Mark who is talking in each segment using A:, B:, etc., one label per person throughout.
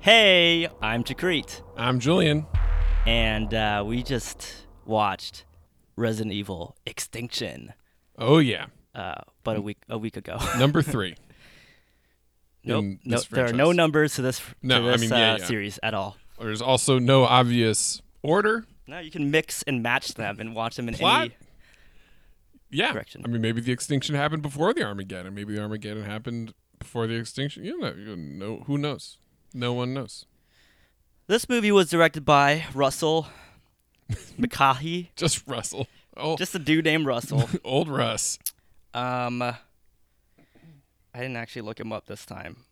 A: Hey, I'm Chakrit,
B: I'm Julian.
A: and uh, we just watched Resident Evil Extinction
B: Oh yeah,
A: uh, about a week a week ago.
B: number three.
A: nope,
B: in
A: no,
B: this
A: there are no
B: franchise.
A: numbers to this to
B: No, I
A: this
B: mean, yeah,
A: uh,
B: yeah.
A: series at all.
B: There's also no obvious order.
A: No, you can mix and match them and watch them in
B: Plot?
A: any.
B: Yeah,
A: Correction.
B: I mean maybe the extinction happened before the Armageddon. Maybe the Armageddon happened before the extinction. You know, you know who knows? No one knows.
A: This movie was directed by Russell McCaughey,
B: Just Russell. Oh,
A: just a dude named Russell.
B: old Russ.
A: Um, I didn't actually look him up this time,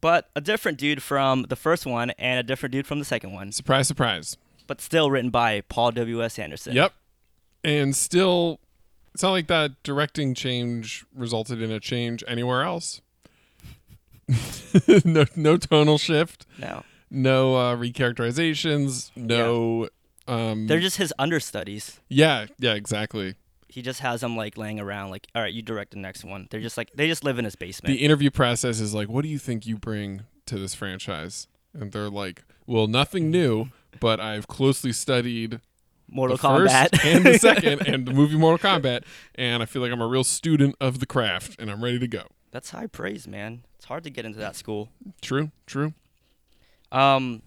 A: but a different dude from the first one and a different dude from the second one,
B: Surprise, surprise.
A: but still written by Paul W S Anderson.
B: Yep. And still, it's not like that directing change resulted in a change anywhere else. no, no tonal shift.
A: No,
B: no uh, recharacterizations, no. Um,
A: they're just his understudies.
B: yeah, yeah, exactly.
A: He just has them like laying around, like, all right, you direct the next one. They're just like they just live in his basement.
B: The interview process is like, what do you think you bring to this franchise? And they're like, well, nothing new, but I've closely studied
A: Mortal
B: the first
A: Kombat.
B: and the second and the movie Mortal Kombat, and I feel like I'm a real student of the craft, and I'm ready to go.
A: That's high praise, man. It's hard to get into that school.
B: True, true.
A: Um,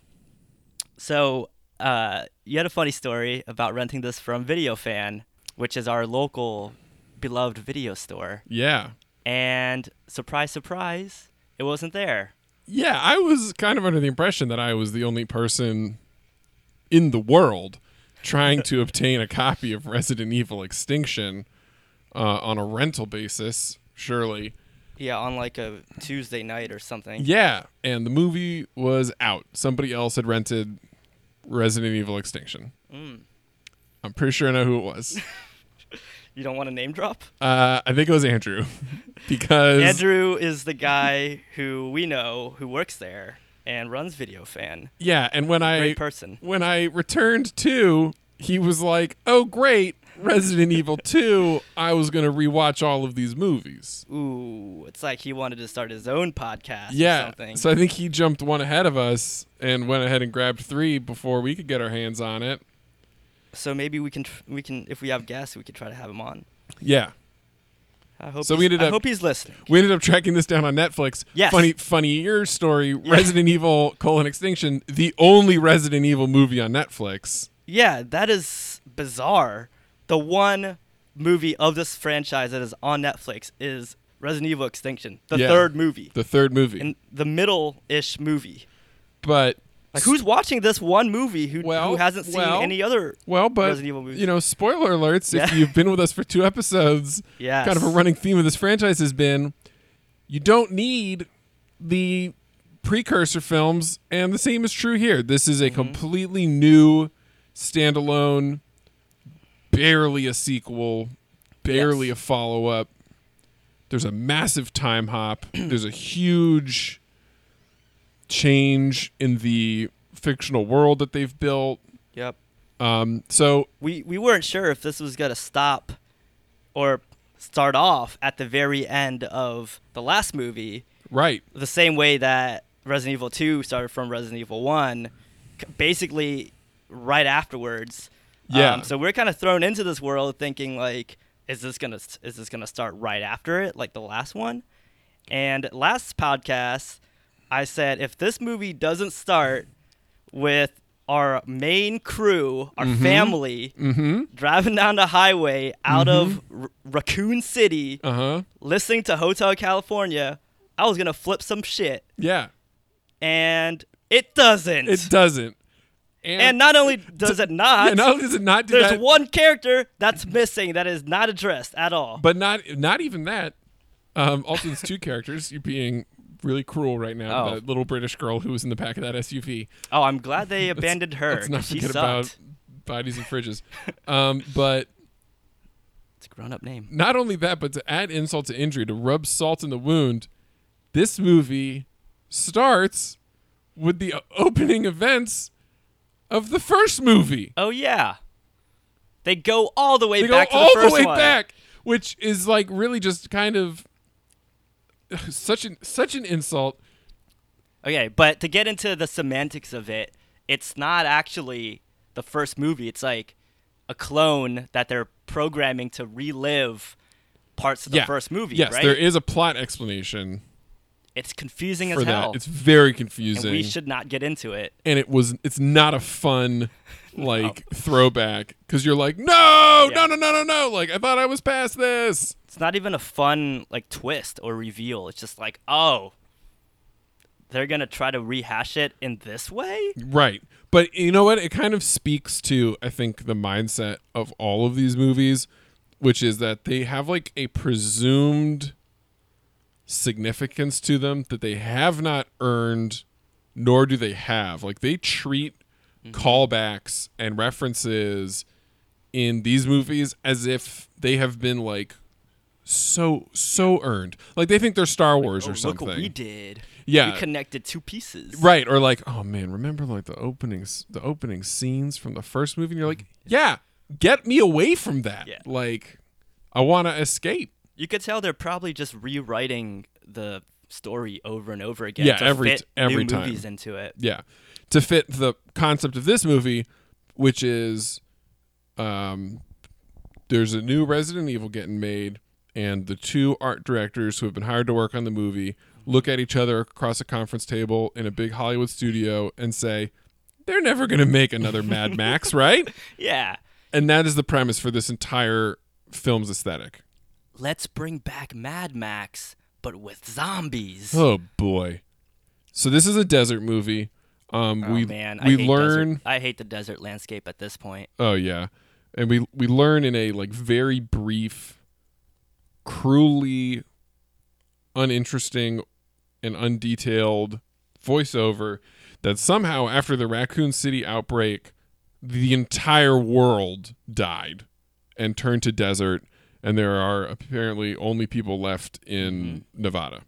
A: so uh, you had a funny story about renting this from Video Fan, which is our local beloved video store.
B: Yeah,
A: And surprise, surprise, it wasn't there.
B: Yeah, I was kind of under the impression that I was the only person in the world trying to obtain a copy of Resident Evil Extinction uh, on a rental basis, surely.
A: Yeah, on like a Tuesday night or something.
B: Yeah, and the movie was out. Somebody else had rented Resident Evil Extinction.
A: Mm.
B: I'm pretty sure I know who it was.
A: You don't want to name drop?
B: Uh, I think it was Andrew because
A: Andrew is the guy who we know who works there and runs Video Fan.
B: yeah, and when I
A: Great person.
B: when I returned to, he was like, "Oh, great, Resident Evil 2. I was going to rewatch all of these movies."
A: Ooh, it's like he wanted to start his own podcast or
B: Yeah.
A: something.
B: So I think he jumped one ahead of us and went ahead and grabbed 3 before we could get our hands on it.
A: so maybe we can tr- we can if we have guests we could try to have him on.
B: Yeah.
A: I hope.
B: So
A: he's-
B: we ended
A: I
B: up-
A: hope he's listening.
B: We ended up tracking this down on Netflix.
A: Yes.
B: Funny funny year story, Resident Evil: colon Extinction, the only Resident Evil movie on Netflix.
A: Yeah, that is bizarre. The one movie of this franchise that is on Netflix is Resident Evil Extinction, the
B: Yeah.
A: third movie,
B: The third movie.
A: and the middle-ish movie.
B: but
A: Like, who's watching this one movie who, who
B: Well,
A: hasn't seen
B: well,
A: any other?
B: Well, but
A: Resident Evil movies.
B: you know, spoiler alerts. If
A: Yeah.
B: you've been with us for two episodes,
A: Yes.
B: kind of a running theme of this franchise has been you don't need the precursor films, and the same is true here. This is a
A: Mm-hmm.
B: completely new standalone, barely a sequel, barely
A: Yes.
B: a follow up. There's a massive time hop. There's a huge change in the fictional world that they've built.
A: Yep.
B: Um, so
A: We we weren't sure if this was gonna stop, or start off at the very end of the last movie,
B: right,
A: the same way that Resident Evil 2 started from Resident Evil 1, c- basically right afterwards. Um,
B: Yeah.
A: so we're kind of thrown into this world thinking like, is this gonna s- is this gonna start right after it, like the last one? And last podcast, I said if this movie doesn't start with our main crew, our family, driving down the highway out of R- Raccoon City,
B: uh huh,
A: listening to Hotel California, I was gonna flip some shit,
B: yeah,
A: and it doesn't.
B: it doesn't,
A: and not only does it not,
B: and not only does it not do
A: there's
B: that,
A: one character that's missing that is not addressed at all.
B: but not not even that. Um, also, it's two characters. You're being really cruel right now.
A: Oh.
B: to That little British girl who was in the back of that SUV.
A: oh, I'm glad they abandoned her.
B: Let's not
A: 'cause she
B: forget
A: sucked.
B: about bodies and fridges. Um, but
A: it's a grown-up name.
B: not only that, but to add insult to injury, to rub salt in the wound, this movie starts with the opening events of the first movie.
A: Oh yeah, they go all the way
B: they
A: back
B: go
A: to
B: all
A: the first
B: the way
A: one.
B: back, which is like really just kind of such an such an insult
A: Okay, but to get into the semantics of it, it's not actually the first movie. It's like a clone that they're programming to relive parts of the
B: yeah.
A: first movie,
B: Yes,
A: right?
B: there is a plot explanation
A: it's confusing
B: for
A: as hell.
B: that. It's very
A: and
B: confusing.
A: we should not get into it.
B: and it was it's not a fun like throwback because you're like no
A: Yeah.
B: no no no no no like i thought i was past this
A: It's not even a fun like twist or reveal. It's just like, "Oh, they're going to try to rehash it in this way?"
B: right but you know what it kind of speaks to i think the mindset of all of these movies which is that they have like a presumed significance to them that they have not earned nor do they have like they treat
A: Mm-hmm.
B: callbacks and references in these movies as if they have been like so so earned like they think they're star wars
A: oh,
B: or something
A: Look what we did.
B: Yeah.
A: We connected two pieces.
B: right or like oh man remember like the openings the opening scenes from the first movie and you're like yeah get me away from that
A: Yeah.
B: like i want to escape
A: You could tell they're probably just rewriting the story over and over again.
B: Yeah,
A: to
B: every-
A: fit
B: every
A: new
B: time.
A: movies into it.
B: yeah to fit the concept of this movie which is um there's a new resident evil getting made and the two art directors who have been hired to work on the movie look at each other across a conference table in a big hollywood studio and say they're never going to make another mad max right
A: Yeah,
B: and that is the premise for this entire film's aesthetic
A: let's bring back Mad Max, but with zombies.
B: oh boy so this is a desert movie um
A: Oh,
B: we
A: man, I
B: we
A: hate
B: learn
A: Desert. I hate the desert landscape at this point.
B: Oh yeah, and we we learn in a like very brief, cruelly uninteresting and undetailed voiceover that somehow after the Raccoon City outbreak, the entire world died and turned to desert, and there are apparently only people left in Nevada.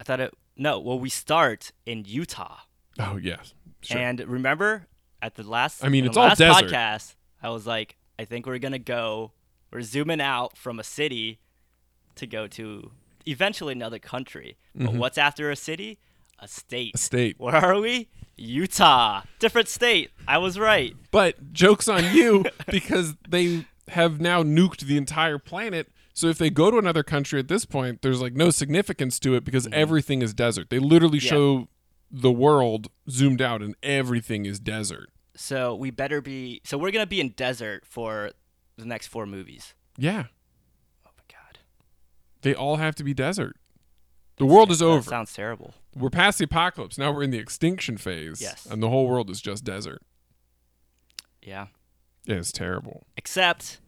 A: I thought it. No, well, we start in Utah,
B: Oh yes, sure.
A: and remember at the last.
B: I mean,
A: on
B: it's
A: the
B: all
A: last
B: desert.
A: podcast. I was like, I think we're gonna go. We're zooming out from a city to go to eventually another country. But what's after a city? A state.
B: Mm-hmm. A state.
A: Where are we? Utah. Different state. I was right.
B: But jokes on you because they have now nuked the entire planet. So if they go to another country at this point, there's like no significance to it because everything is desert. They literally
A: Mm-hmm. Yeah.
B: show the world zoomed out and everything is desert.
A: So we better be. So we're gonna be in desert for the next four movies.
B: Yeah.
A: Oh my god.
B: They all have to be desert. The world is
A: That
B: over.
A: sounds terrible.
B: we're past the apocalypse. Now we're in the extinction phase.
A: Yes.
B: And the whole world is just desert.
A: Yeah.
B: Yeah, it's terrible.
A: Except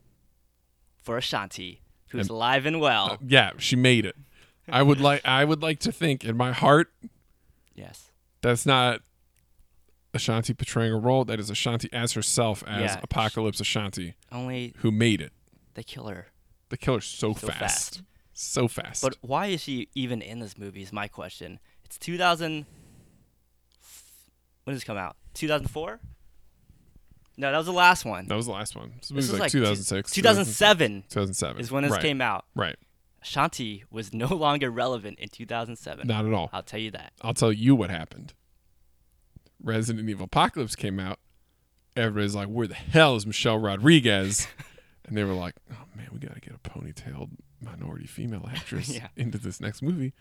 A: for Ashanti, who's alive and well.
B: Yeah, she made it. I would like I would like to think in my heart
A: yes.
B: that's not Ashanti portraying a role. That is Ashanti as herself as
A: Yeah.
B: Apocalypse Ashanti,
A: Only
B: who made it.
A: they kill her.
B: The killer's so,
A: So
B: fast.
A: fast.
B: so fast.
A: But why is she even in this movie? Is my question. It's 2000. When did this come out? 2004. No, that was the last one.
B: that was the last one. This
A: This
B: movie's
A: was
B: like,
A: like two-
B: 2006,
A: 2007
B: 2007
A: is when this
B: right.
A: came out.
B: Right,
A: Shanti was no longer relevant in 2007.
B: not at all.
A: I'll tell you that.
B: I'll tell you what happened. Resident Evil Apocalypse came out. Everybody's like, "Where the hell is Michelle Rodriguez?" and they were like, "Oh man, we got to get a ponytailed minority female actress
A: Yeah.
B: into this next movie."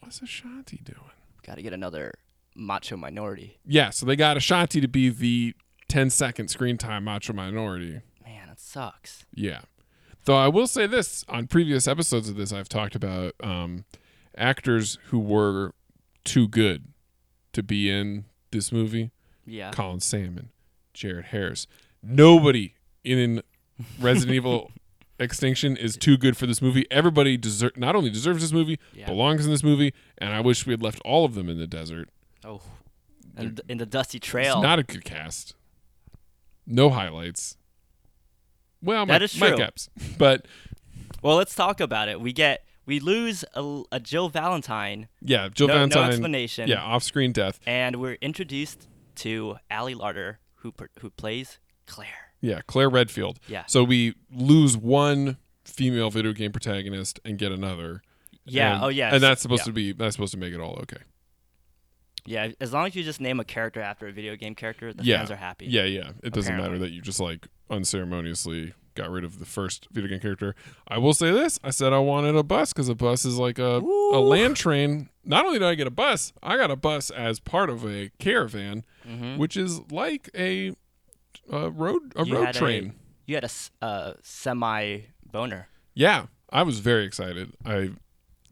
B: What's Ashanti doing?
A: Got to get another macho minority.
B: Yeah, so they got Ashanti to be the 10 second screen time macho minority.
A: Man, that sucks.
B: Yeah. Though I will say this on previous episodes of this, I've talked about um, actors who were too good to be in this movie
A: Yeah.
B: Colin Salmon, Jared Harris. Nobody in Resident Evil Extinction is too good for this movie. Everybody deser- not only deserves this movie,
A: Yeah.
B: belongs in this movie, and I wish we had left all of them in the desert.
A: Oh. And th- in the dusty
B: It's
A: trail.
B: not a good cast. No highlights. Well,
A: That
B: Mike,
A: is
B: Mike
A: true.
B: Epps, but
A: well, let's talk about it. We get we lose a, a Jill Valentine
B: yeah, Jill
A: No- no
B: Valentine.
A: explanation.
B: Yeah, off-screen death.
A: and we're introduced to Allie Larder who per- who plays Claire.
B: Yeah, Claire Redfield.
A: Yeah.
B: So we lose one female video game protagonist and get another.
A: Yeah,
B: And-
A: oh yeah.
B: And that's supposed
A: yeah.
B: to be that's supposed to make it all okay.
A: Yeah, as long as you just name a character after a video game character, the
B: yeah.
A: fans are happy.
B: Yeah, yeah. It doesn't matter
A: Apparently.
B: that you just like unceremoniously got rid of the first video game character. I will say this: I said I wanted a bus because a bus is like a a land train. Not only did I get a bus, I got a bus as part of a caravan,
A: Mm-hmm.
B: which is like a, a road a road
A: had a-
B: train.
A: you had a s- uh, semi boner.
B: Yeah, I was very excited. I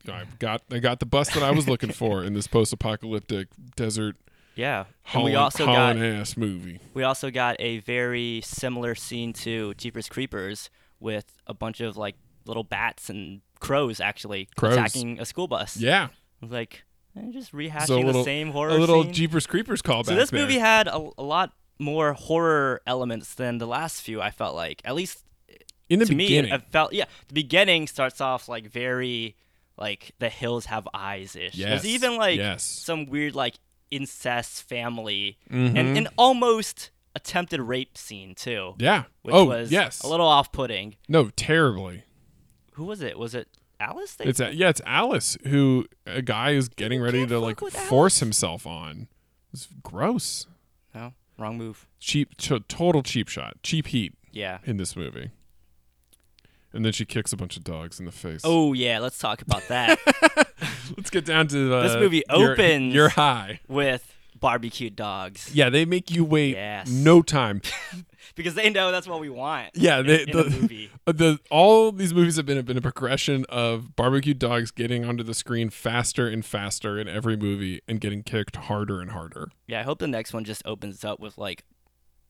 B: I got I got the bus that I was looking for in this post-apocalyptic desert
A: Yeah, and
B: hauling,
A: we also got
B: hauling ass movie.
A: we also got a very similar scene to Jeepers Creepers with a bunch of like little bats and crows actually
B: Crows.
A: attacking a school bus.
B: Yeah,
A: like eh, just rehashing
B: so a little
A: the same horror.
B: a little
A: scene.
B: Jeepers Creepers callback.
A: so this
B: there.
A: movie had a, a lot more horror elements than the last few. I felt like at least
B: in the
A: to me,
B: beginning.
A: uh, it- it felt yeah. The beginning starts off like very like the hills have eyes ish.
B: Yes,
A: There's even like
B: yes.
A: some weird like incest family
B: Mhm.
A: and an almost attempted rape scene too.
B: yeah.
A: Which
B: oh
A: was
B: yes.
A: a little off putting.
B: no, terribly.
A: Who was it? Was it Alice? They-
B: It's a, yeah, it's Alice who a guy is getting ready
A: can't
B: to
A: fuck
B: like
A: with
B: force himself on. It's gross.
A: no, wrong move.
B: Cheap, t- total cheap shot, cheap heat
A: Yeah.
B: in this movie. And then she kicks a bunch of dogs in the face.
A: Oh yeah, let's talk about that
B: Let's get down to the.
A: This movie
B: you're-
A: opens-
B: You're high.
A: with barbecue dogs
B: Yeah, they make you wait
A: Yes.
B: no time.
A: because they know that's what we want.
B: Yeah, they,
A: in
B: the,
A: a movie.
B: the all these movies have been have been a progression of barbecue dogs getting onto the screen faster and faster in every movie and getting kicked harder and harder.
A: Yeah, I hope the next one just opens up with like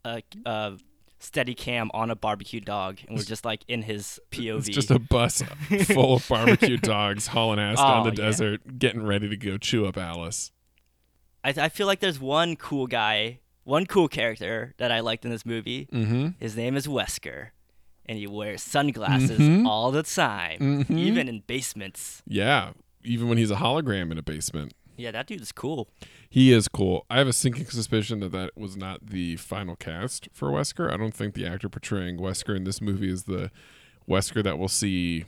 A: a, a steady cam on a barbecue dog, and we're just like in his POV.
B: It's just a bus full of barbecue dogs hauling ass down
A: Oh,
B: the
A: yeah.
B: desert, getting ready to go chew up Alice.
A: I, I feel like there's one cool guy, one cool character that I liked in this movie.
B: Mm-hmm.
A: His name is Wesker, and he wears sunglasses
B: Mhm.
A: all the time,
B: Mhm.
A: even in basements.
B: Yeah, even when he's a hologram in a basement.
A: Yeah, that dude's cool.
B: He is cool. I have a sinking suspicion that that was not the final cast for Wesker. I don't think the actor portraying Wesker in this movie is the Wesker that we'll see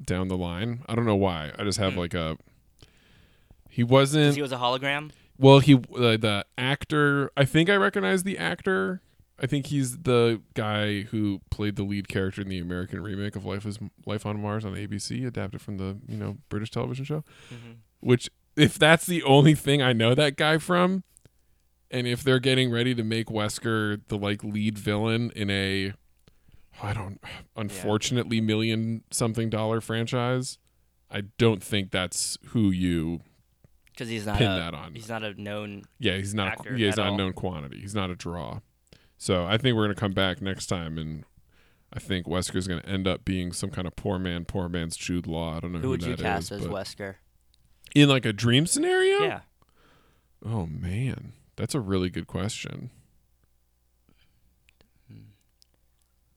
B: down the line. I don't know why. I just have like a he
A: 'Cause
B: wasn't
A: He was a hologram.
B: well he uh, the actor I think I recognize the actor. I think he's the guy who played the lead character in the American remake of Life is Life on Mars on ABC adapted from the, you know, British television show which if that's the only thing I know that guy from, and if they're getting ready to make Wesker the like lead villain in a I don't unfortunately million something dollar franchise, I don't think that's who you
A: Because he's not
B: pin
A: a
B: that on.
A: he's not a known.
B: yeah, he's not
A: actor
B: yeah, he's
A: at
B: not a
A: all.
B: known quantity. He's not a draw. So I think we're gonna come back next time and I think Wesker's gonna end up being some kind of poor man, poor man's Jude Law. I don't know
A: Who
B: who,
A: would
B: that
A: you
B: is,
A: cast as
B: but-
A: Wesker?
B: in like a dream scenario?
A: Yeah,
B: Oh man, that's a really good question.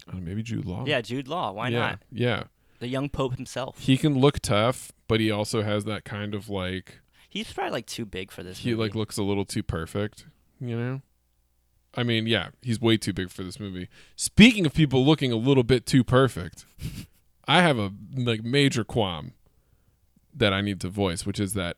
B: Uh, maybe Jude Law.
A: Hmm. yeah, Jude Law. Why
B: yeah,
A: not
B: Yeah,
A: the young Pope himself?
B: he can look tough, but he also has that kind of like
A: He's probably like too big for this.
B: he
A: movie.
B: like looks a little too perfect, you know. I mean, yeah, he's way too big for this movie. Speaking of people looking a little bit too perfect, I have a like major qualm that I need to voice, which is that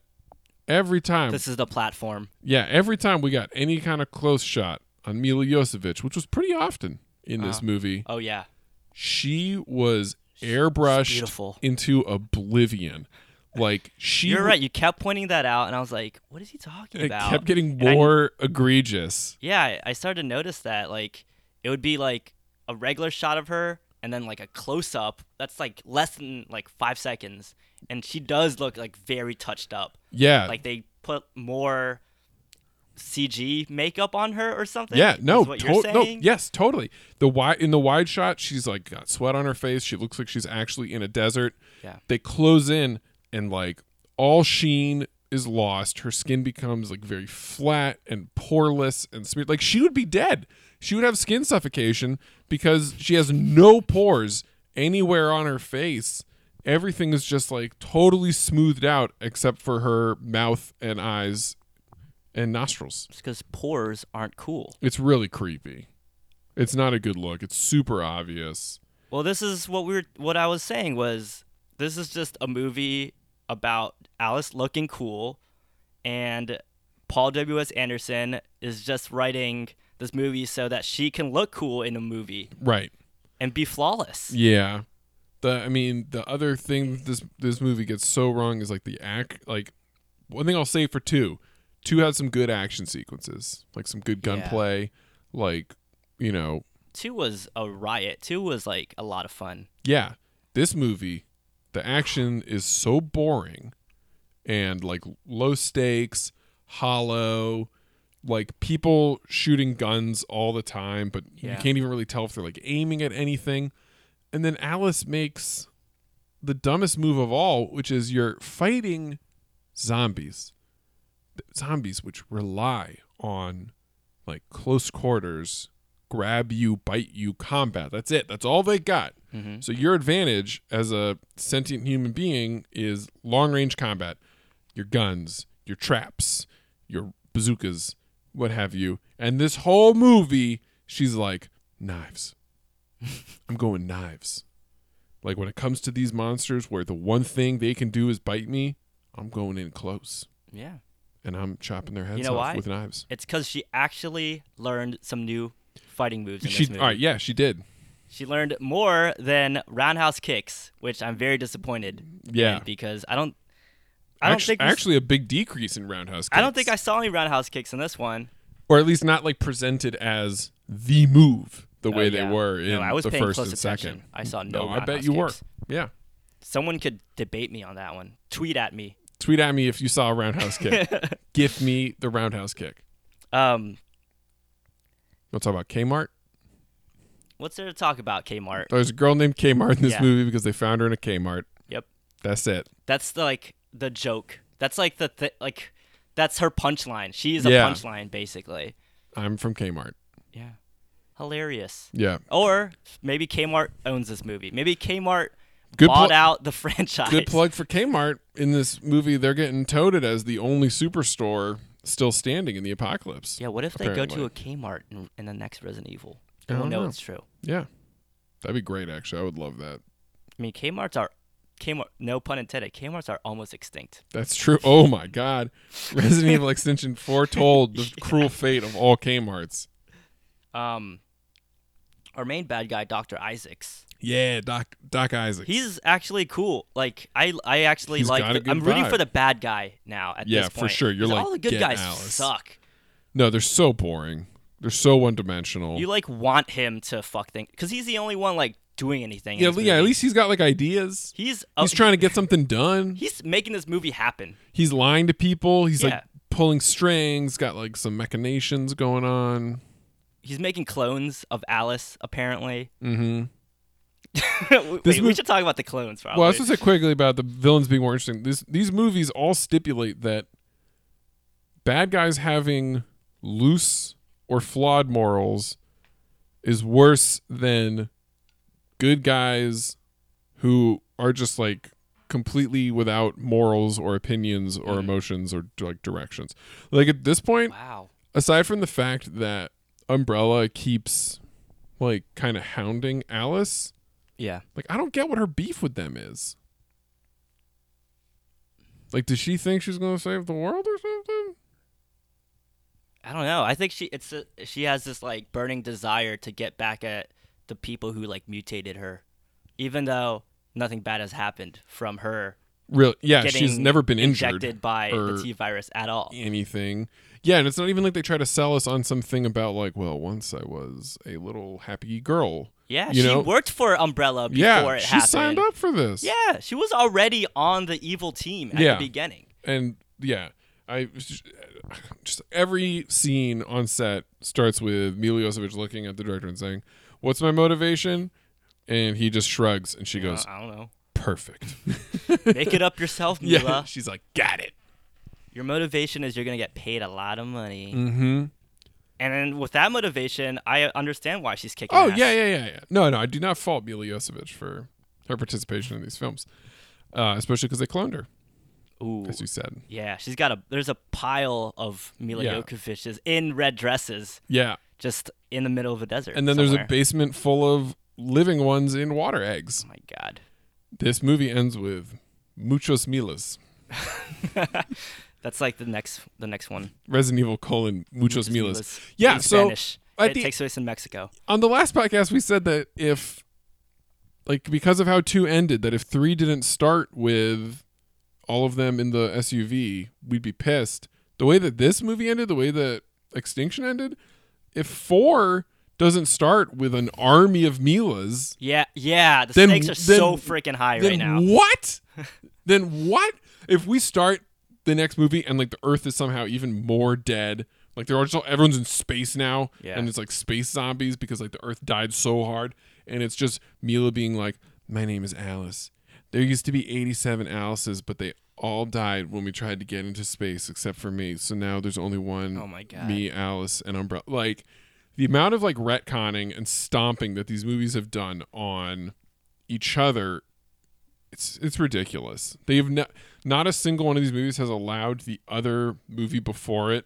B: every time
A: This is the platform.
B: Yeah, every time we got any kind of close shot on Mila Jovovich, which was pretty often in this
A: Uh-huh.
B: movie,
A: Oh yeah,
B: she was airbrushed
A: beautiful.
B: into oblivion. Like she
A: You're right. You kept pointing that out, and I was like, "What is he talking
B: it
A: about?"
B: kept getting
A: I-
B: more egregious.
A: yeah, I- I started to notice that. Like, it would be like a regular shot of her, and then like a close up. That's like less than like five seconds, and she does look like very touched up.
B: Yeah.
A: Like they put more CG makeup on her or something.
B: yeah, no,
A: is what you're
B: to- no,
A: saying?
B: yes, totally. The wide in the wide shot, she's like got sweat on her face. She looks like she's actually in a desert.
A: Yeah.
B: They close in and like all sheen is lost. Her skin becomes like very flat and poreless and smeared. Like she would be dead. She would have skin suffocation because she has no pores anywhere on her face. Everything is just like totally smoothed out except for her mouth and eyes and nostrils.
A: because pores aren't cool.
B: It's really creepy. It's not a good look. It's super obvious.
A: Well, this is what we were. What I was saying was, this is just a movie about Alice looking cool, and Paul W.S. Anderson is just writing this movie so that she can look cool in a movie
B: Right.
A: and be flawless.
B: Yeah. The I mean the other thing that this this movie gets so wrong is like the act like one thing I'll say for two, two had some good action sequences like some good
A: Yeah.
B: gunplay, like you know
A: Two was a riot. Two was like a lot of fun.
B: yeah this movie the action is so boring and like low stakes hollow like people shooting guns all the time but you
A: Yeah.
B: can't even really tell if they're like aiming at anything and then alice makes the dumbest move of all which is you're fighting zombies zombies which rely on like close quarters grab you bite you combat that's it that's all they got
A: Mm-hmm.
B: so your advantage as a sentient human being is long range combat, your guns, your traps, your bazookas, what have you. And this whole movie, she's like, knives. I'm going knives. Like when it comes to these monsters where the one thing they can do is bite me, I'm going in close
A: Yeah.
B: and I'm chopping their heads
A: know
B: off
A: why?
B: with knives.
A: It's because she actually learned some new fighting moves in
B: She
A: this movie.
B: all right, yeah, she did.
A: She learned more than roundhouse kicks, which I'm very disappointed.
B: Yeah.
A: in because I don't, I don't
B: Actu-
A: think we s-
B: actually a big decrease in roundhouse kicks.
A: I don't think I saw any roundhouse kicks in this one.
B: or at least not like presented as the move the
A: Oh,
B: way
A: yeah.
B: they were in
A: No, I was
B: the
A: paying
B: first
A: close
B: and
A: attention.
B: second.
A: I saw no
B: I bet
A: roundhouse
B: you
A: kicks.
B: were. Yeah.
A: Someone could debate me on that one. Tweet at me.
B: Tweet at me if you saw a roundhouse kick. Give me the roundhouse kick.
A: Um,
B: We'll talk about Kmart. Oh,
A: what's there to talk about, Kmart?
B: There's a girl named Kmart in this
A: Yeah.
B: movie because they found her in a Kmart.
A: Yep,
B: That's it.
A: that's the, like the joke. That's like the th- like, that's her punchline. She's a
B: Yeah.
A: punchline basically.
B: I'm from Kmart.
A: Yeah, hilarious.
B: Yeah.
A: Or maybe Kmart owns this movie. Maybe Kmart
B: Good
A: bought
B: pl-
A: out the franchise.
B: Good plug for Kmart. In this movie, they're getting toted as the only superstore still standing in the apocalypse.
A: Yeah, what if they go to a Kmart in, in the next Resident Evil? And we'll
B: don't
A: know
B: know.
A: it's true.
B: Yeah. That'd be great, actually. I would love that.
A: I mean, Kmart's are Kmart. No pun intended. Kmart's are almost extinct.
B: That's true. Oh my God, Resident Evil Extension foretold the cruel fate of all Kmart's.
A: Um, our main bad guy, Doctor Isaacs,
B: Yeah, Doc Doc Isaacs.
A: he's actually cool. Like I, I actually
B: He's
A: like.
B: got a
A: the-
B: good
A: I'm rooting for
B: vibe.
A: the bad guy now. At
B: Yeah,
A: this
B: for
A: point.
B: sure. You're
A: 'Cause
B: like,
A: all the good
B: "Get
A: guys
B: Alice."
A: suck.
B: no, they're so boring. They're so one dimensional.
A: You like want him to fuck things because he's the only one like doing anything. in
B: Yeah,
A: this
B: yeah. At
A: movie.
B: least he's got like ideas.
A: he's
B: He's trying to get something done.
A: He's making this movie happen.
B: He's lying to people. He's
A: Yeah.
B: like pulling strings. Got like some machinations going on.
A: He's making clones of Alice, apparently.
B: Mm-hmm.
A: Wait, we
B: mov-
A: should talk about the clones, probably.
B: Well, I was gonna say quickly about the villains being more interesting. This, these movies all stipulate that bad guys having loose or flawed morals is worse than good guys who are just like completely without morals or opinions or emotions or like directions. Like at this point,
A: wow.
B: aside from the fact that Umbrella keeps like kind of hounding Alice,
A: Yeah.
B: like I don't get what her beef with them is. Like, does she think she's gonna save the world or something?
A: I don't know. I think she it's a, she has this like burning desire to get back at the people who like mutated her, even though nothing bad has happened from her
B: Really? Yeah,
A: getting
B: she's never been
A: injected
B: injured
A: by
B: or-
A: the T virus at all.
B: anything. Yeah, and it's not even like they try to sell us on something about like, well, once I was a little happy girl.
A: Yeah,
B: You
A: she
B: know-
A: worked for Umbrella before
B: yeah,
A: it
B: she
A: happened.
B: signed up for this.
A: Yeah, she was already on the evil team at
B: Yeah.
A: the beginning.
B: and yeah, I just every scene on set starts with Miliosevich looking at the director and saying, "What's my motivation?" And he just shrugs, and she goes,
A: I don't know.
B: "Perfect."
A: Make it up yourself, Mila.
B: Yeah, she's like, got it.
A: Your motivation is you're gonna get paid a lot of money,
B: Mm-hmm.
A: and then with that motivation, I understand why she's kicking.
B: Oh
A: ass.
B: yeah, yeah, yeah, yeah. No, no, I do not fault Mila Jovovich for her participation in these films, uh, especially because they cloned her,
A: Ooh.
B: as you said.
A: Yeah, she's got a. There's a pile of Mila
B: Yeah.
A: Jokovich's in red dresses,
B: Yeah,
A: just in the middle of a desert.
B: and then there's
A: somewhere.
B: a basement full of living ones in water eggs.
A: Oh my god,
B: This movie ends with muchos milas.
A: That's like the next the next one.
B: Resident Evil colon muchos
A: Just
B: miles.
A: Milas.
B: Yeah,
A: In
B: so
A: Spanish.
B: at
A: it
B: the-
A: takes place in Mexico.
B: on the last podcast we said that if like because of how two ended that if three didn't start with all of them in the suv we'd be pissed the way that this movie ended the way that extinction ended if four doesn't start with an army of milas
A: Yeah, yeah. The
B: Then-
A: stakes are
B: then-
A: so freaking high
B: then
A: right now.
B: what then what if we start the next movie and like the earth is somehow even more dead like they're all just all, everyone's in space now
A: Yeah.
B: and it's like space zombies because like the earth died so hard and it's just mila being like my name is alice there used to be 87 alices but they all died when we tried to get into space except for me so now there's only one
A: Oh my God.
B: me alice and umbrella like the amount of like retconning and stomping that these movies have done on each other it's it's ridiculous. They have not not a single one of these movies has allowed the other movie before it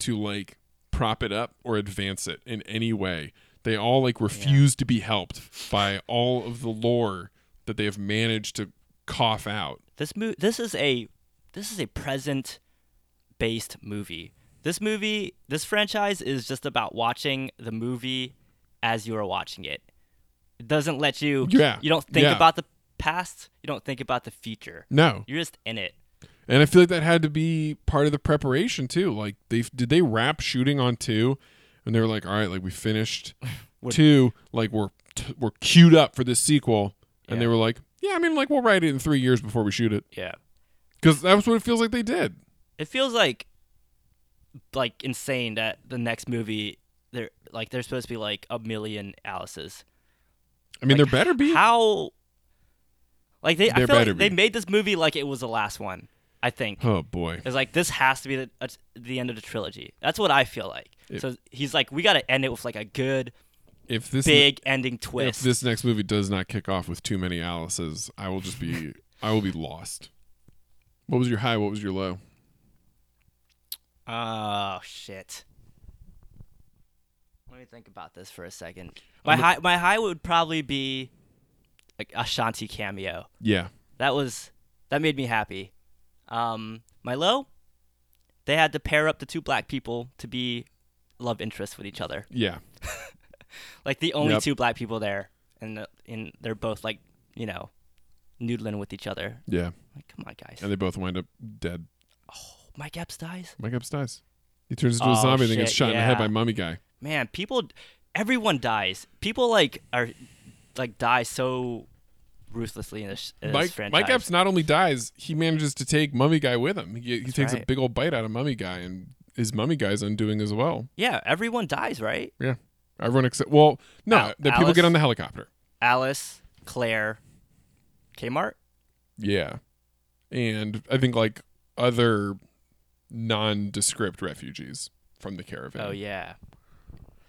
B: to like prop it up or advance it in any way. They all like refuse to be helped by all of the lore that they have managed to cough out.
A: This mo- this is a this is a present based movie. This movie, this franchise is just about watching the movie as you are watching it. It doesn't let you
B: Yeah,
A: you don't think
B: yeah.
A: about the past, you don't think about the future.
B: No.
A: You're just in it.
B: And I feel like that had to be part of the preparation too. Like they did they wrap shooting on 2 and they were like, "All right, like we finished 2, like we're t- we're queued up for this sequel." And they
A: Yeah.
B: were like, "Yeah, I mean like we'll write it in 3 years before we shoot it."
A: Yeah.
B: Because that's what it feels like they did.
A: It feels like like insane that the next movie they're like they're supposed to be like a million Alices.
B: I mean, there better be.
A: How like they I
B: There
A: feel
B: better
A: like they
B: be.
A: made this movie like it was the last one, I think.
B: oh boy,
A: It's like this has to be the, uh, the end of the trilogy. That's what I feel like. so he's like, we got to end it with like a good
B: if this
A: big ending
B: if
A: twist.
B: this next movie does not kick off with too many Alice's, I will just be I will be lost. What was your high? What was your low?
A: oh shit. Let me think about this for a second. My high, my high would probably be like a Shanti cameo.
B: Yeah,
A: That was that made me happy. Um, my low, they had to pair up the two black people to be love interests with each other.
B: yeah,
A: like the only
B: Yep.
A: two black people there, and the, and they're both like you know, noodling with each other.
B: yeah.
A: Like, come on, guys.
B: And they both wind up dead.
A: Mike Epps dies.
B: Mike Epps dies. He turns into a
A: Oh,
B: zombie and then gets
A: shit,
B: shot in the head
A: yeah.
B: by mummy guy.
A: Man, people, everyone dies. People like are like die so ruthlessly in this, in this
B: Mike,
A: franchise.
B: Mike Epps not only dies, he manages to take mummy guy with him. He, he takes a
A: right.
B: big old bite out of mummy guy, and his mummy guy's undoing as well.
A: Yeah, everyone dies, right?
B: Yeah, everyone except well, no,
A: Al-
B: the people
A: Alice?
B: get on the helicopter.
A: Alice, Claire, Kmart.
B: Yeah. And I think like other nondescript refugees from the caravan.
A: Oh yeah.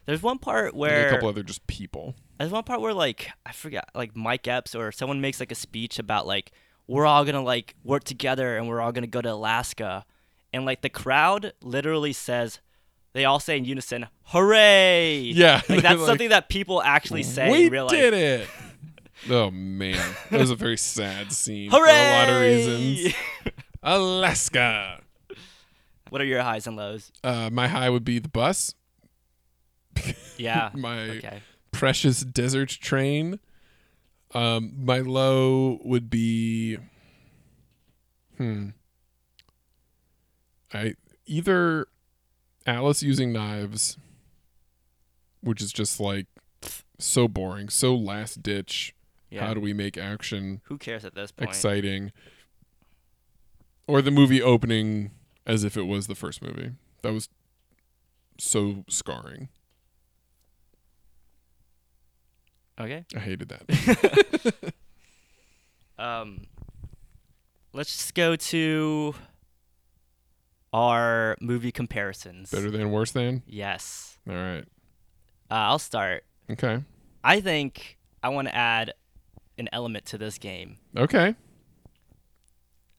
A: There's one part
B: And
A: where
B: Mm-hmm. a couple other just people.
A: There's one part where like I forgot, like Mike Epps or someone makes like a speech about like we're all gonna like work together and we're all gonna go to Alaska, and like the crowd literally says, they all say in unison, "Hooray!"
B: Yeah,
A: like
B: they're
A: that's
B: like,
A: something that people actually say
B: Mm-hmm. we
A: in real life.
B: did it. oh man. That was a very sad scene for a lot of reasons. Alaska.
A: what are your highs and lows?
B: Uh, my high would be the bus,
A: Yeah.
B: my
A: okay.
B: precious desert train. Um, my low would be hmm. I either Alice using knives, which is just like so boring, so last ditch.
A: Yeah.
B: How do we make action
A: Who cares at this point?
B: exciting? Or the movie opening as if it was the first movie. That was so scarring.
A: okay.
B: I hated that.
A: Um, let's just go to our movie comparisons.
B: Better than, worse than?
A: Yes.
B: All right.
A: Uh, I'll start.
B: Okay.
A: I think I want to add an element to this game.
B: Okay.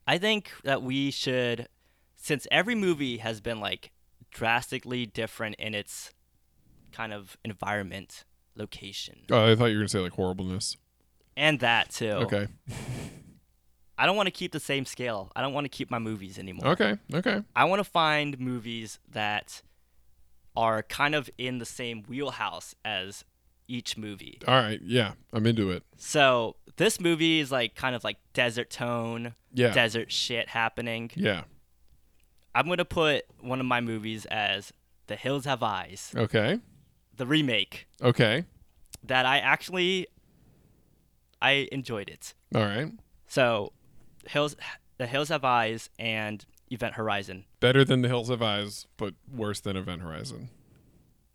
A: I think that we should, since every movie has been like drastically different in its kind of environment, location,
B: Uh, Oh, I thought you were gonna say like horribleness.
A: and that too.
B: Okay.
A: I don't want to keep the same scale. I don't want to keep my movies anymore.
B: Okay. Okay.
A: I want to find movies that are kind of in the same wheelhouse as each movie.
B: All right. Yeah. I'm into it.
A: So this movie is like kind of like desert tone,
B: Yeah.
A: desert shit happening.
B: Yeah.
A: I'm gonna put one of my movies as The Hills Have Eyes,
B: Okay.
A: the remake
B: Okay.
A: that I actually I enjoyed it.
B: All right.
A: So Hills The Hills Have Eyes and Event Horizon.
B: Better than The Hills Have Eyes, but worse than Event Horizon.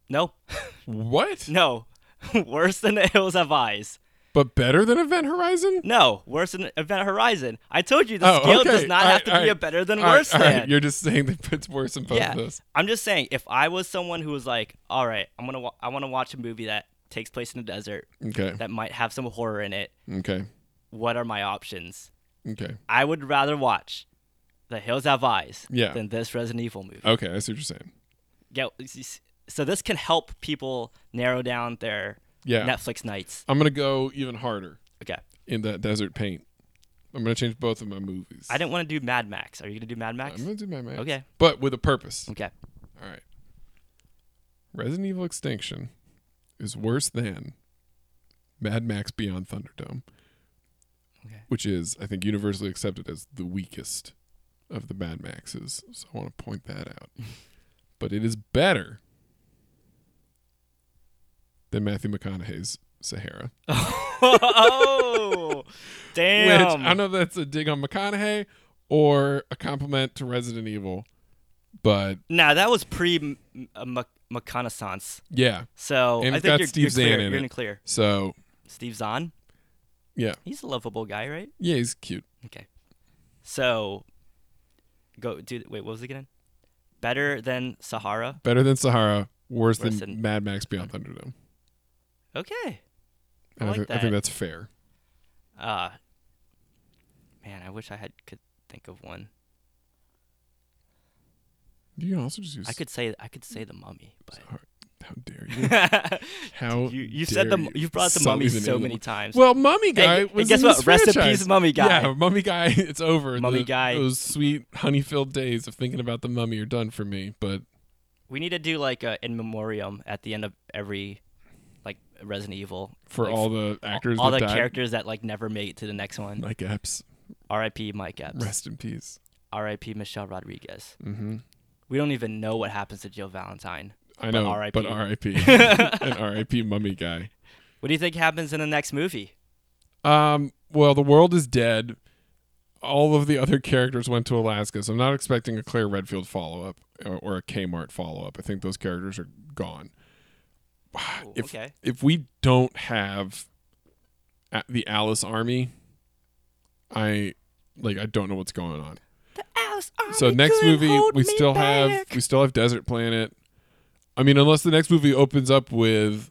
A: No.
B: What?
A: no. worse than The Hills Have Eyes.
B: But better than Event Horizon?
A: No, worse than Event Horizon. I told you the scale does not
B: Oh, All
A: have
B: right,
A: to
B: all
A: be a
B: right.
A: better than
B: All right,
A: worse
B: all right.
A: than.
B: You're just saying that it's worse than both
A: yeah.
B: of those.
A: I'm just saying if I was someone who was like, "All right, I'm going to wa- I want to watch a movie that takes place in the desert
B: Okay.
A: that might have some horror in it.
B: Okay.
A: What are my options?"
B: Okay.
A: I would rather watch The Hills Have Eyes
B: Yeah. Uh,
A: than this Resident Evil movie.
B: Okay. I see what you're saying.
A: Get- so this can help people narrow down their
B: Yeah.
A: Netflix nights.
B: I'm gonna go even harder
A: Okay.
B: in that desert paint. I'm gonna change both of my movies.
A: I didn't want to do Mad Max. Are you going to do Mad Max?
B: I'm gonna do my man.
A: Okay.
B: But with a purpose.
A: Okay.
B: All right. Resident Evil Extinction is worse than Mad Max Beyond Thunderdome,
A: Okay.
B: which is, I think, universally accepted as the weakest of the Mad Maxes. So I want to point that out. but it is better than Matthew McConaughey's Sahara.
A: oh. Damn.
B: Which I don't know if that's a dig on McConaughey or a compliment to Resident Evil, but
A: Nah, that was pre m- m- uh, reconnaissance.
B: yeah.
A: So
B: And
A: I
B: it's
A: think
B: got
A: you're,
B: Steve
A: you're
B: Zahn
A: clear.
B: in
A: you're
B: it.
A: gonna clear.
B: So
A: Steve Zahn.
B: yeah,
A: He's a lovable guy, right?
B: yeah, he's cute.
A: Okay. So, go do. Wait, what was it again? Better than Sahara.
B: Better than Sahara, worse,
A: Worse
B: than,
A: than-
B: Mad Max Beyond Thunderdome.
A: Okay.
B: And
A: like
B: think, I
A: that.
B: think that's fair.
A: Uh man, I wish I had could think of one.
B: You can also just use.
A: I could say I could say the mummy,
B: Sahara. How dare you?
A: but
B: How
A: you you said the
B: dare you.
A: mu- you've brought the
B: Sully's
A: mummy
B: an
A: so
B: animal.
A: many times.
B: Well, Mummy Guy
A: and
B: was
A: guess
B: in
A: what?
B: this
A: Rest in peace,
B: franchise.
A: Mummy Guy.
B: Yeah, Mummy Guy. It's over.
A: Mummy
B: The-
A: Guy.
B: Those sweet honey-filled days of thinking about the mummy are done for me. But
A: we need to do like a in memoriam at the end of every like Resident Evil
B: for
A: like,
B: all the actors,
A: all
B: that
A: the
B: died,
A: characters that like never made it to the next one.
B: Mike Epps,
A: R.I.P. Mike Epps.
B: rest in peace.
A: R.I.P. Michelle Rodriguez.
B: Mm-hmm.
A: We don't even know what happens to Jill Valentine.
B: I know,
A: RIP.
B: but R.I.P. and R.I.P. Mummy Guy.
A: What do you think happens in the next movie?
B: Um, well, the world is dead. All of the other characters went to Alaska, so I'm not expecting a Claire Redfield follow up or, or a Kmart follow up. I think those characters are gone.
A: Ooh,
B: If
A: okay.
B: if we don't have a- the Alice Army, I like I don't know what's going on. So next movie we still have we still have Desert Planet. I mean, unless the next movie opens up with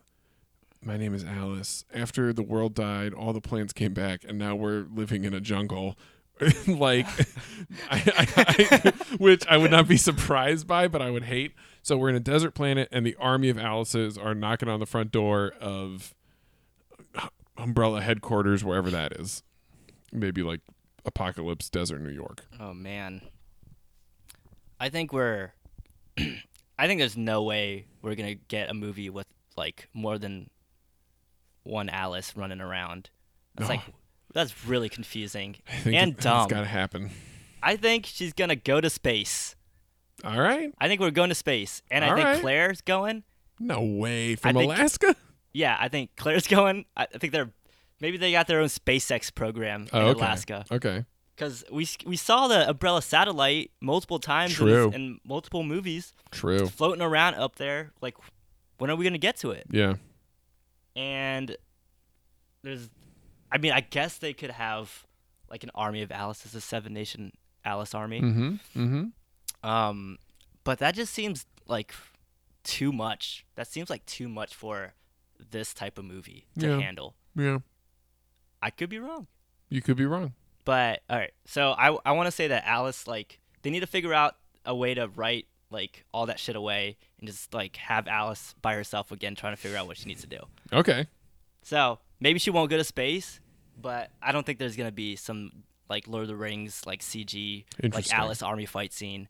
B: my name is Alice. After the world died, all the plants came back, and now we're living in a jungle. like, I, I, I, which I would not be surprised by, but I would hate. So we're in a desert planet, and the army of Alices are knocking on the front door of Umbrella headquarters, wherever that is. Maybe like Apocalypse Desert, New York.
A: Oh man. I think we're I think there's no way we're going to get a movie with like more than one Alice running around. That's
B: No.
A: like that's really confusing
B: I think
A: and
B: it,
A: dumb.
B: It's got to happen.
A: I think she's going to go to space.
B: All right.
A: I think we're going to space and I
B: All
A: think
B: right.
A: Claire's going.
B: No way from
A: think-
B: Alaska.
A: Yeah, I think Claire's going. I I think they're maybe they got their own SpaceX program in
B: Oh, okay.
A: Alaska.
B: Okay.
A: Because we s- we saw the umbrella satellite multiple times in,
B: True.
A: this- in multiple movies
B: True.
A: floating around up there. Like, when are we gonna get to it?
B: Yeah.
A: And there's, I mean, I guess they could have like an army of Alice as a seven nation Alice army.
B: Mm-hmm. Mm-hmm.
A: Um, but that just seems like too much. That seems like too much for this type of movie to
B: Yeah.
A: handle.
B: Yeah.
A: I could be wrong.
B: You could be wrong.
A: But all right, so I I want to say that Alice like they need to figure out a way to write like all that shit away and just like have Alice by herself again trying to figure out what she needs to do.
B: Okay.
A: So maybe she won't go to space, but I don't think there's gonna be some like Lord of the Rings like CG like
B: Interesting.
A: Alice army fight scene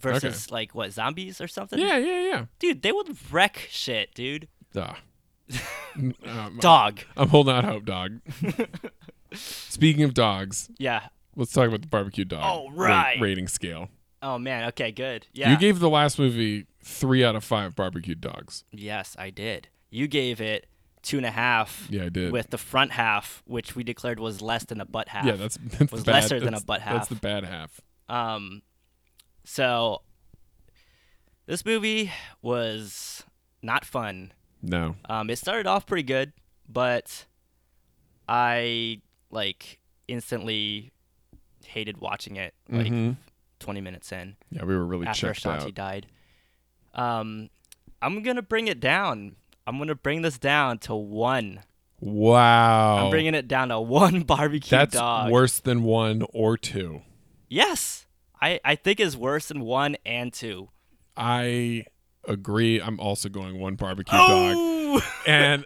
A: versus like what zombies or something.
B: Yeah, yeah,
A: dude, they would wreck shit, dude.
B: yeah. Duh. N- um,
A: Dog.
B: I'm holding out hope, dog. Speaking of dogs,
A: Yeah.
B: let's talk about the barbecue dog.
A: All
B: ra-
A: right.
B: rating scale.
A: Oh man. Okay. Good. Yeah.
B: You gave the last movie three out of five barbecue dogs.
A: yes, I did. You gave it two and a half.
B: Yeah, I did.
A: With the front half, which we declared was less than a butt half.
B: yeah, that's, that's
A: Was
B: the bad,
A: lesser than a
B: that's-
A: butt
B: That's
A: half.
B: the bad half.
A: Um, so this movie was not fun.
B: No.
A: Um, it started off pretty good, but I like instantly hated watching it. Like
B: Mhm.
A: 20 minutes in
B: Yeah, we were really
A: after
B: checked
A: Ashanti
B: out.
A: died. Um, I'm gonna bring it down. I'm gonna bring this down to one.
B: Wow.
A: I'm bringing it down to one barbecue
B: Oh. that's
A: dog.
B: worse than one or two.
A: Yes, I I think it's worse than one and two.
B: I agree. I'm also going one barbecue dog.
A: Oh!
B: and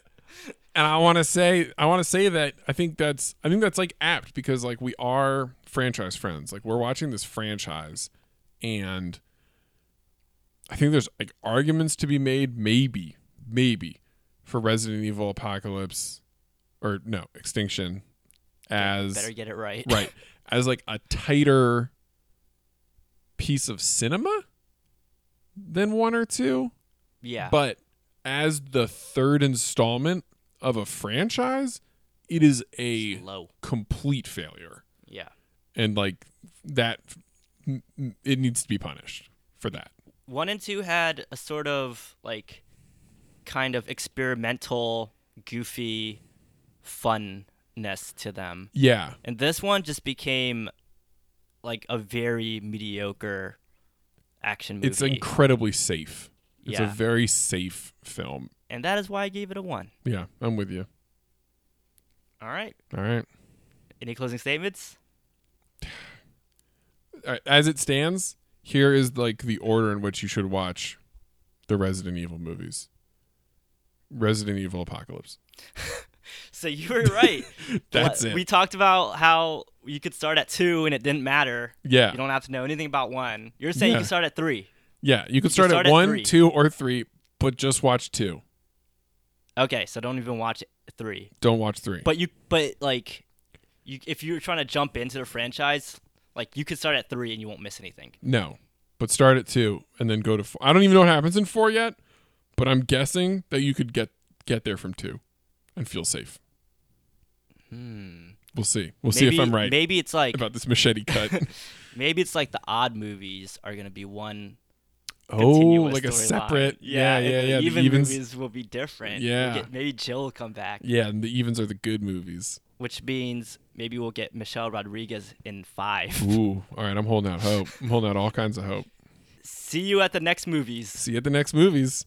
B: and I want to say I want to say that I think that's I think that's like apt because like we are franchise friends. Like we're watching this franchise and I think there's like arguments to be made maybe maybe for Resident Evil Apocalypse or no, Extinction as
A: better get it right.
B: right as like a tighter piece of cinema than one or two.
A: Yeah.
B: But as the third installment of a franchise, it is a
A: low.
B: complete failure.
A: Yeah.
B: And like that, n- n- it needs to be punished for that.
A: One and two had a sort of like kind of experimental, goofy funness to them.
B: Yeah.
A: And this one just became like a very mediocre action movie.
B: It's incredibly safe. It's
A: Yeah.
B: a very safe film.
A: and that is why I gave it a one.
B: Yeah, I'm with you.
A: All right.
B: All right.
A: Any closing statements?
B: All right, As it stands, here is like the order in which you should watch the Resident Evil movies. Resident Evil Apocalypse.
A: So you were right.
B: That's
A: Well,
B: it.
A: We talked about how you could start at two and it didn't matter.
B: yeah.
A: You don't have to know anything about one. You're saying
B: Yeah.
A: you can start at three.
B: Yeah, you could start,
A: start
B: at
A: at
B: one,
A: three.
B: two, or three, but just watch two.
A: Okay, so don't even watch three.
B: Don't watch three.
A: But you, but like, you if you're trying to jump into the franchise, like you could start at three and you won't miss anything.
B: no, but start at two and then go to four. I don't even know what happens in four yet, but I'm guessing that you could get get there from two and feel safe. We'll see. We'll see if I'm right
A: Hmm. Maybe it's like
B: about this machete cut.
A: maybe it's like the odd movies are gonna be one.
B: oh,
A: continuous
B: like a
A: storyline.
B: separate. Yeah, yeah, yeah.
A: and the
B: the
A: even
B: evens.
A: movies will be different. We'll
B: Yeah.
A: get- maybe Jill will come back,
B: Yeah, and the evens are the good movies.
A: which means maybe we'll get Michelle Rodriguez in five.
B: Ooh, all right. I'm holding out hope. I'm holding out all kinds of hope.
A: See you at the next movies.
B: See you at the next movies.